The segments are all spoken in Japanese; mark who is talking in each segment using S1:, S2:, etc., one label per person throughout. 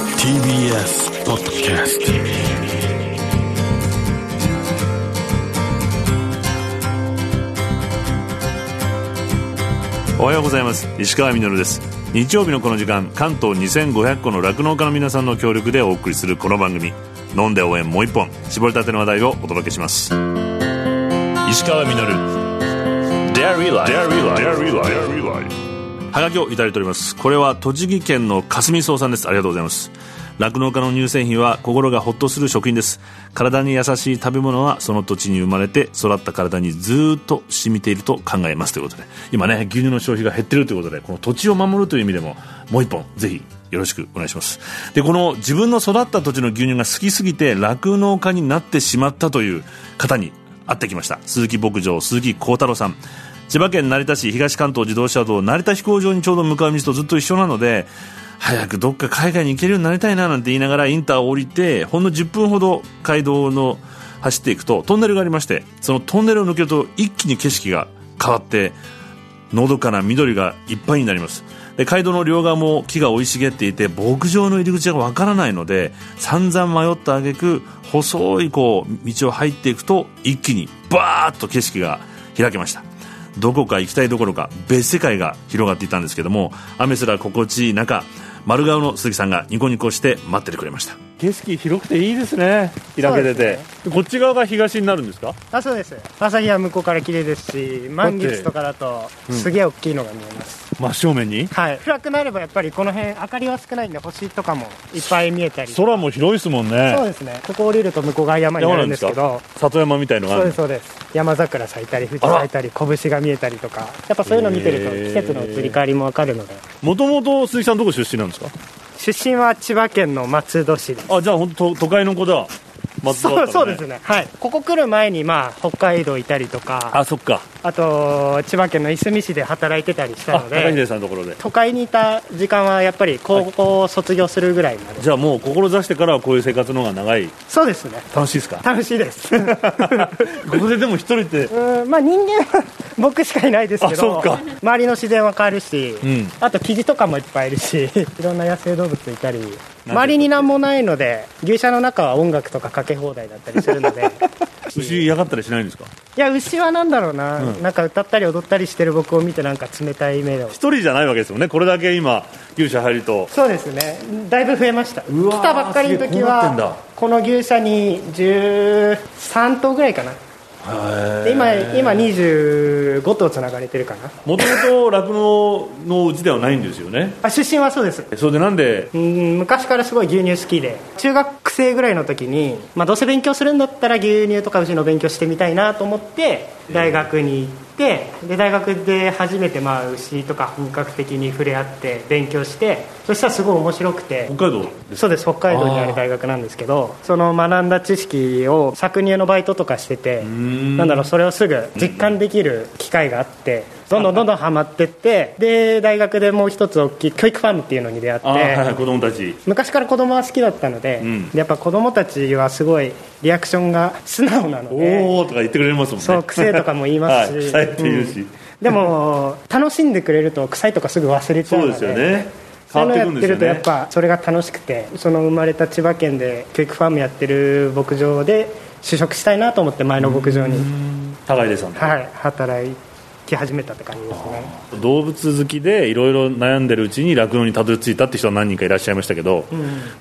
S1: TBS ポッドキャスト
S2: おはようございます石川みのるです日曜日のこの時間関東2500個の酪農家の皆さんの協力でお送りするこの番組飲んで応援もう一本絞りたての話題をお届けします石川みのるはがきをいただいておりますこれは栃木県の霞総さんですありがとうございます酪農家の乳製品は心がほっとする食品です体に優しい食べ物はその土地に生まれて育った体にずーっと染みていると考えますということで今ね牛乳の消費が減ってるということでこの土地を守るという意味でももう一本ぜひよろしくお願いしますでこの自分の育った土地の牛乳が好きすぎて酪農家になってしまったという方に会ってきました鈴木牧場鈴木幸太郎さん千葉県成田市東関東自動車道成田飛行場にちょうど向かう道とずっと一緒なので早くどっか海外に行けるようになりたいななんて言いながらインターを降りてほんの10分ほど街道の走っていくとトンネルがありましてそのトンネルを抜けると一気に景色が変わってのどかな緑がいっぱいになりますで街道の両側も木が生い茂っていて牧場の入り口がわからないので散々迷った挙句細いこう道を入っていくと一気にバーッと景色が開けましたどこか行きたいどころか別世界が広がっていたんですけども雨すら心地いい中丸顔の鈴木さんがニコニコして待っててくれました
S3: 景色広くていいですね開けてて、こっち側が東になるんですか
S4: あそうです朝日は向こうから綺麗ですし満月とかだと
S3: ん
S4: すげえ大きいのが見えます、
S3: 真正面に
S4: はい暗くなればやっぱりこの辺明かりは少ないんで星とかもいっぱい見えたり
S3: 空も広いですもん
S4: そう
S3: ね
S4: ですねここ降りると向こうが山になるんですけど
S3: 里山みたいのがあ
S4: そう
S3: る
S4: ですそうです山桜咲いたり富士咲いたり拳が見えたりとかやっぱそういうの見てると季節の移り変わりもわかるので
S3: もともと鈴木さんどこ出身なんですか
S4: 出身は千葉県の松戸市です
S3: あじゃあ本当都会の子だ松戸だ
S4: そ
S3: っ
S4: う
S3: た
S4: そ
S3: の
S4: うですねはいここ来る前にまあ北海道いたりとか
S3: あそっか
S4: あと千葉県のいすみ市で働いてたりした
S3: あ
S4: の
S3: 高
S4: で
S3: 秀さんのところで
S4: 都会にいた時間はやっぱり高校を卒業するぐらいまで、
S3: じゃあもう志してからはこういう生活の方が長い
S4: そうですね
S3: 楽しいです か
S4: 楽しいですう
S3: ここででも一人って
S4: ーんまあ人間は僕しかいないですけ
S3: あそ
S4: ど
S3: うか
S4: 周りの自然は変わるし、
S3: ん
S4: あとキジとかもいっぱいいるし いろんな野生動物いたり周りに何もないので牛舎の中は音楽とかかけ放題だったりするの で
S3: 牛嫌がったりしないんですか
S4: いや牛はなんだろうな、なんか歌ったり踊ったりしてる僕を見てなんか冷たい目を
S3: 一人じゃないわけですもんねこれだけ今牛舎入ると
S4: そうですねだいぶ増えました
S3: うわー
S4: 来たばっかりの時
S3: すげえこうなってんだ
S4: はこの牛舎に13頭ぐらいかなで今今25頭つながれてるかな
S3: もともと酪農のうちではないんですよね
S4: あ出身はそうです
S3: それでなんで
S4: うん昔からすごい牛乳好きで中学生ぐらいの時に、まあ、どうせ勉強するんだったら牛乳とか牛の勉強してみたいなと思って大学に行ってで大学で初めてまあ牛とか本格的に触れ合って勉強してそしたらすごい面白くて
S3: 北海道
S4: そうです北海道にある大学なんですけどその学んだ知識を搾乳のバイトとかしててなんだろうそれをすぐ実感できる機会があってどんどんどんどんハマってってで大学でもう一つ大きい教育ファームっていうのに出会って、
S3: ああはいはい子供たち
S4: 昔から子供は好きだったので,で、
S3: ん
S4: やっぱ子供たちはすごいリアクションが素直なので
S3: おおとか言ってくれますもんね
S4: そう癖とかも言います し
S3: はい、臭いって言うし、
S4: うんでも楽しんでくれると臭いとかすぐ忘れちゃう
S3: そう
S4: の
S3: で
S4: です
S3: よね
S4: そう
S3: 変
S4: いう
S3: わ
S4: の
S3: ってくんで
S4: やって
S3: す
S4: る
S3: よ
S4: とやっ
S3: ね
S4: ぱそれが楽しくてその生まれた千葉県で教育ファームやってる牧場で就職したいなと思って前の牧場に、
S3: 高出さんと、
S4: はい、働き始めたって感じですね
S3: 動物好きでいろいろ悩んでるうちに酪農にたどり着いたって人は何人かいらっしゃいましたけど、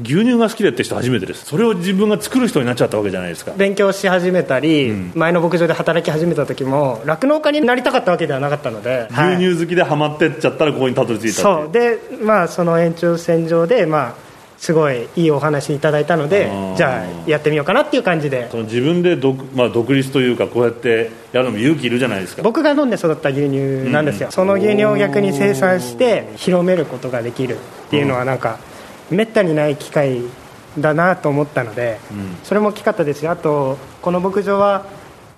S3: 牛乳が好きでって人初めてですそれを自分が作る人になっちゃったわけじゃないですか
S4: 勉強し始めたり、前の牧場で働き始めた時も酪農家になりたかったわけではなかったので、はい
S3: 牛乳好きでハマってっちゃったらここにたどり着いたってい
S4: そうでまあその延長線上でまあすごいいいお話いただいたので
S3: ー
S4: じゃあやってみようかなっていう感じで
S3: その自分で独,、まあ、独立というかこうやってやるのも勇気いるじゃないですか
S4: 僕が飲んで育った牛乳なんですよ、その牛乳を逆に生産して広めることができるっていうのはなんかめったにない機会だなと思ったので、それも大きかったですしあとこの牧場は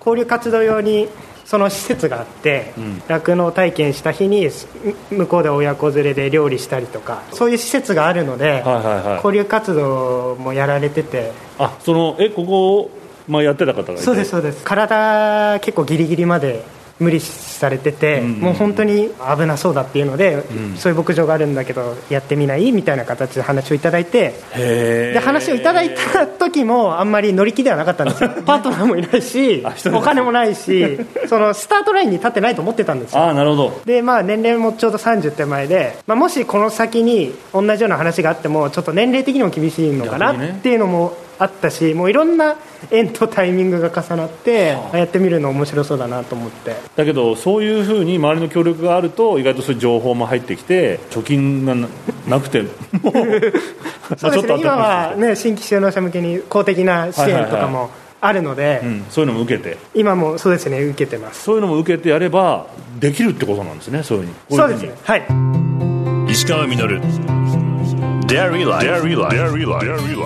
S4: 交流活動用にその施設があって酪農、体験した日にす向こうで親子連れで料理したりとかそういう施設があるので、
S3: はいはいはい
S4: 交流活動もやられてて
S3: あそのえここを、まあ、やってた方がいて
S4: そうですそうです体結構ギリギリまで無理されてて、
S3: うんうんうん
S4: もう本当に危なそうだっていうので、
S3: ん
S4: そういう牧場があるんだけどやってみないみたいな形で話をいただいて
S3: へえ
S4: で話をいただいた時もあんまり乗り気ではなかったんですよパートナーもいないし
S3: あ一人で
S4: お金もないしそのスタートラインに立ってないと思ってたんですよ
S3: ああなるほど
S4: でまあ、年齢もちょうど30手前で、まあ、もしこの先に同じような話があってもちょっと年齢的にも厳しいのか
S3: 逆に
S4: な
S3: ね
S4: っていうのもあったし、もういろんな 縁とタイミングが重なってやってみるの面白そうだなと思って
S3: だけどそういうふうに周りの協力があると意外とそういう情報も入ってきて貯金がななくて も
S4: そうですね今は、
S3: ね
S4: ね、新規就農者向けに公的な支援とかもあるので、
S3: うん、そういうのも受けて
S4: 今もそうですね受けてます
S3: そういうのも受けてやればできるってことなんですねそういうふうに
S4: そうですねはい
S2: 石川みのるデイリーライフ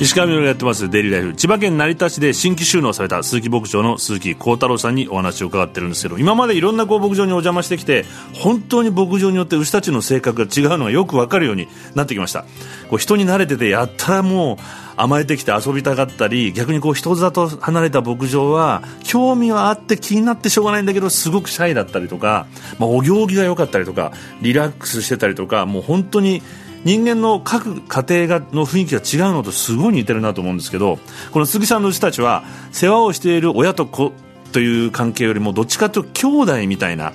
S2: 石川みのるがやってますデイリーライフ千葉県成田市で新規収納された鈴木牧場の鈴木幸太郎さんにお話を伺ってるんですけど今までいろんなこう牧場にお邪魔してきて本当に牧場によって牛たちの性格が違うのがよく分かるようになってきましたこう人に慣れててやったらもう甘えてきて遊びたがったり逆にこう人里離れた牧場は興味はあって気になってしょうがないんだけどすごくシャイだったりとか、まあ、お行儀が良かったりとかリラックスしてたりとかもう本当に人間の各家庭がの雰囲気が違うのとすごい似てるなと思うんですけどこの鈴木さんの牛たちは世話をしている親と子という関係よりもどっちかというと兄弟みたいな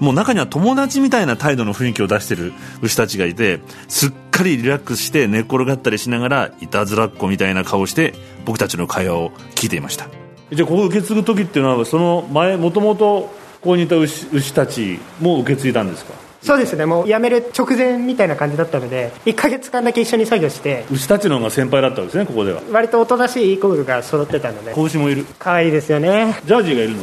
S2: もう中には友達みたいな態度の雰囲気を出してる牛たちがいてすっかりリラックスして寝っ転がったりしながらいたずらっ子みたいな顔をして僕たちの会話を聞いていました
S3: じゃあここ受け継ぐ時っていうのはその前もともとここにいた牛牛たちも受け継いだんですか
S4: そうですねもう辞める直前みたいな感じだったので1ヶ月間だけ一緒に作業して
S3: 牛たちの方が先輩だったわけですねここでは
S4: 割とおとなしいいい子が育ってたので
S3: 子牛もいる
S4: 可愛いですよね
S3: ジャージーがいるの、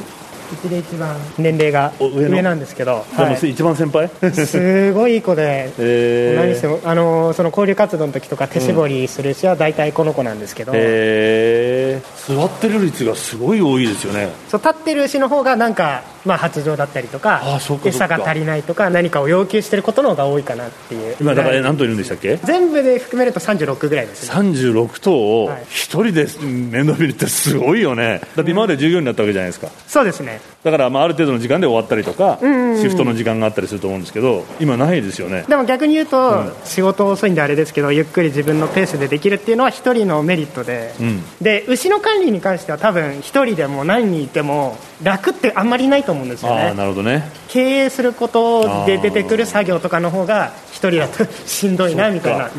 S4: 一で一番年齢が
S3: お上の
S4: 上なんですけど、
S3: でも
S4: はい
S3: 一番先 輩
S4: すごいいい子で、
S3: えー
S4: 何してもあのーその交流活動の時とか手絞りするしは大体この子なんですけど、
S3: へえ座ってる率がすごい多いですよね
S4: そう立ってる牛の方がなんか、まあ、発情だったりとか
S3: あそうかそうか
S4: 餌が足りないとか何かを要求してることの方が多いかなっていう
S3: 今だから
S4: はい
S3: え何頭いるんでしたっけ
S4: 全部で含めると36ぐらいですね
S3: 36頭を
S4: はい
S3: 一人で面倒見るってすごいよねだって今まで従業員だったわけじゃないですか
S4: そうですね
S3: だからまあある程度の時間で終わったりとかシフトの時間があったりすると思うんですけど今ないですよね
S4: でも逆に言うと、仕事遅いんであれですけどゆっくり自分のペースでできるっていうのは一人のメリットで、
S3: ん
S4: で牛の管理に関しては多分一人でも何人いても楽ってあんまりないと思うんですよ
S3: ああ
S4: ね
S3: なるほどね
S4: 経営することで出てくる作業とかの方が一人だとしんどいなみたいな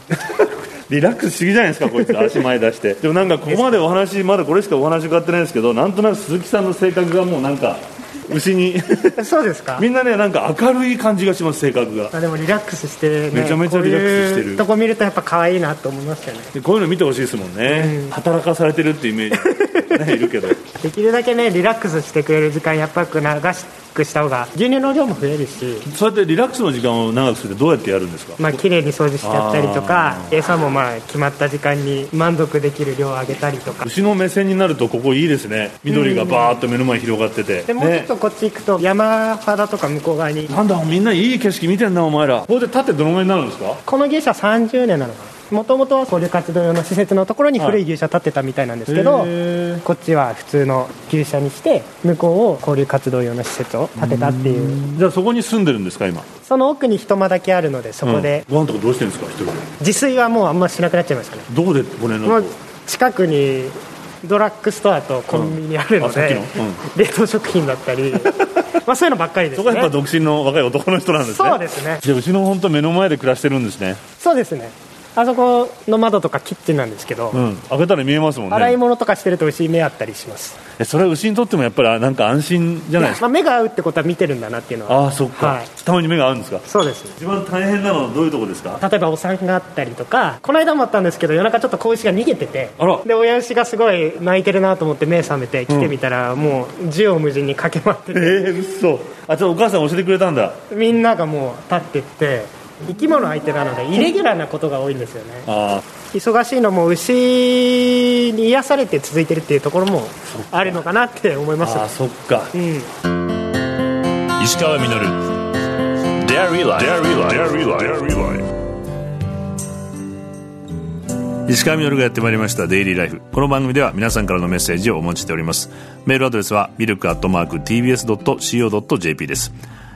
S3: リラックスしすぎじゃないですかこいつ 足前出してでもなんかここまでお話まだこれしかお話伺ってないんですけどなんとなく鈴木さんの性格がもうなんか牛に
S4: そうですか
S3: みんなねなんか明るい感じがします性格が
S4: あでもリラックスして、ね、
S3: めちゃめちゃリラックスしてる
S4: こういうとこ見るとやっぱ可愛いなと思いますよね
S3: でこういうの見てほしいですもんね、働かされてるってイメージ、ね、いるけど
S4: できるだけねリラックスしてくれる時間やっぱり長くした方が牛乳の量も増えるし
S3: そうやってリラックスの時間を長くするってどうやってやるんですか
S4: まあ綺麗に掃除しちゃったりとか餌もまあ決まった時間に満足できる量をあげたりとか
S3: 牛の目線になるとここいいですね緑がバーっと目の前に広がってて、
S4: でもうちょっ
S3: ね、
S4: とこっち行くと山肌とか向こう側に
S3: なんだみんないい景色見てんなお前らここで立ってどのぐらいになるんですか
S4: この牛舎30年なのかなもともとは交流活動用の施設のところに
S3: はい
S4: 古い牛舎建ってたみたいなんですけど、
S3: へー
S4: こっちは普通の牛舎にして向こうを交流活動用の施設を建てたっていう
S3: じゃあそこに住んでるんですか今
S4: その奥に一間だけあるのでそこで、
S3: うん、ご飯とかどうしてるんですか一人で
S4: 自炊はもうあんましなくなっちゃいましたね
S3: どこでこれの
S4: もう近くにドラッグストアとコンビニあるの
S3: うんあ
S4: で、
S3: さっきのうん
S4: 冷凍食品だっ たりまあそういうのばっかりで
S3: そ
S4: す
S3: こはやっぱ
S4: ね
S3: 独身の若い男の人なんですね
S4: そうですね
S3: じゃあうちの本当目の前で暮らしてるんですね
S4: そうですねあそこの窓とかキッチンなんですけど、
S3: うん開けたら見えますもん
S4: 洗い
S3: ね
S4: 物とかしてると牛目あったりします、
S3: えそれは牛にとってもやっぱりなんか安心じゃないですか
S4: まあ、目が合うってことは見てるんだなっていうの
S3: あ
S4: は
S3: あそっか、
S4: はい
S3: たまに目が合うんですか
S4: そうです
S3: 一番大変なのはどういうとこですか
S4: 例えばお産があったりとかこの間もあったんですけど夜中ちょっと子牛が逃げてて
S3: あら
S4: で親牛がすごい泣いてるなと思って目覚めて来てみたら、もう縦横無尽に駆け回ってて
S3: えー、嘘あじゃあお母さん教えてくれたんだ
S4: みんながもう立ってって生き物相手なのでイレギュラーなことが多いんですよね
S3: ああ
S4: 忙しいのも牛に癒されて続いてるっていうところもあるのかなって思いま
S3: ああ
S4: す
S3: そっか
S4: うん
S2: 石川みのるデイリーライフ石川みのるがやってまいりました「デイリーライフ」この番組では皆さんからのメッセージをお待ちしておりますメールアドレスはミルクアットマーク TBS.CO.JP です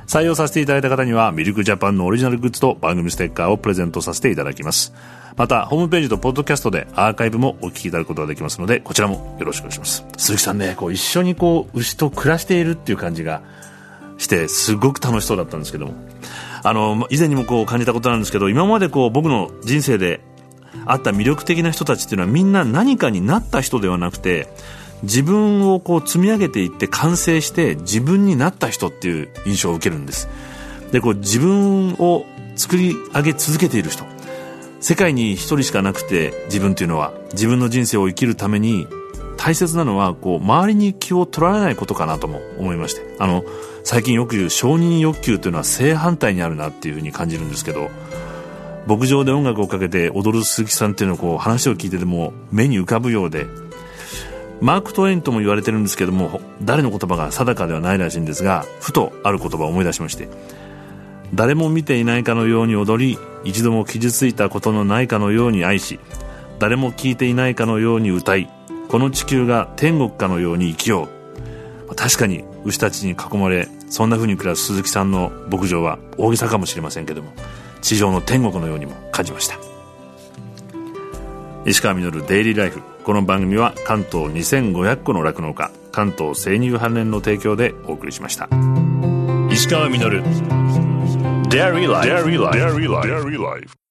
S2: 採用させていただいた方にはミルクジャパンのオリジナルグッズと番組ステッカーをプレゼントさせていただきますまたホームページとポッドキャストでアーカイブもお聞きいただくことができますのでこちらもよろしくお願いします鈴木さんねこう一緒にこう牛と暮らしているっていう感じがしてすごく楽しそうだったんですけどもあの以前にもこう感じたことなんですけど今までこう僕の人生であった魅力的な人たちっていうのはみんな何かになった人ではなくて自分をこう積み上げていって完成して自分になった人っていう印象を受けるんですでこう自分を作り上げ続けている人世界に一人しかなくて自分というのは自分の人生を生きるために大切なのはこう周りに気を取られないことかなとも思いましてあの最近よく言う承認欲求というのは正反対にあるなっていうふうに感じるんですけど牧場で音楽をかけて踊る鈴木さんっていうのをこう話を聞いてても目に浮かぶようでマーク・トウェインとも言われてるんですけども誰の言葉が定かではないらしいんですがふとある言葉を思い出しまして誰も見ていないかのように踊り一度も傷ついたことのないかのように愛し誰も聞いていないかのように歌いこの地球が天国かのように生きよう確かに牛たちに囲まれそんな風に暮らす鈴木さんの牧場は大げさかもしれませんけども地上の天国のようにも感じました石川稔デイリーライフこの番組は関東2500個の酪農家関東生乳関連の提供でお送りしました石川稔
S1: Dairy Life. Dairy Life. Dairy Life.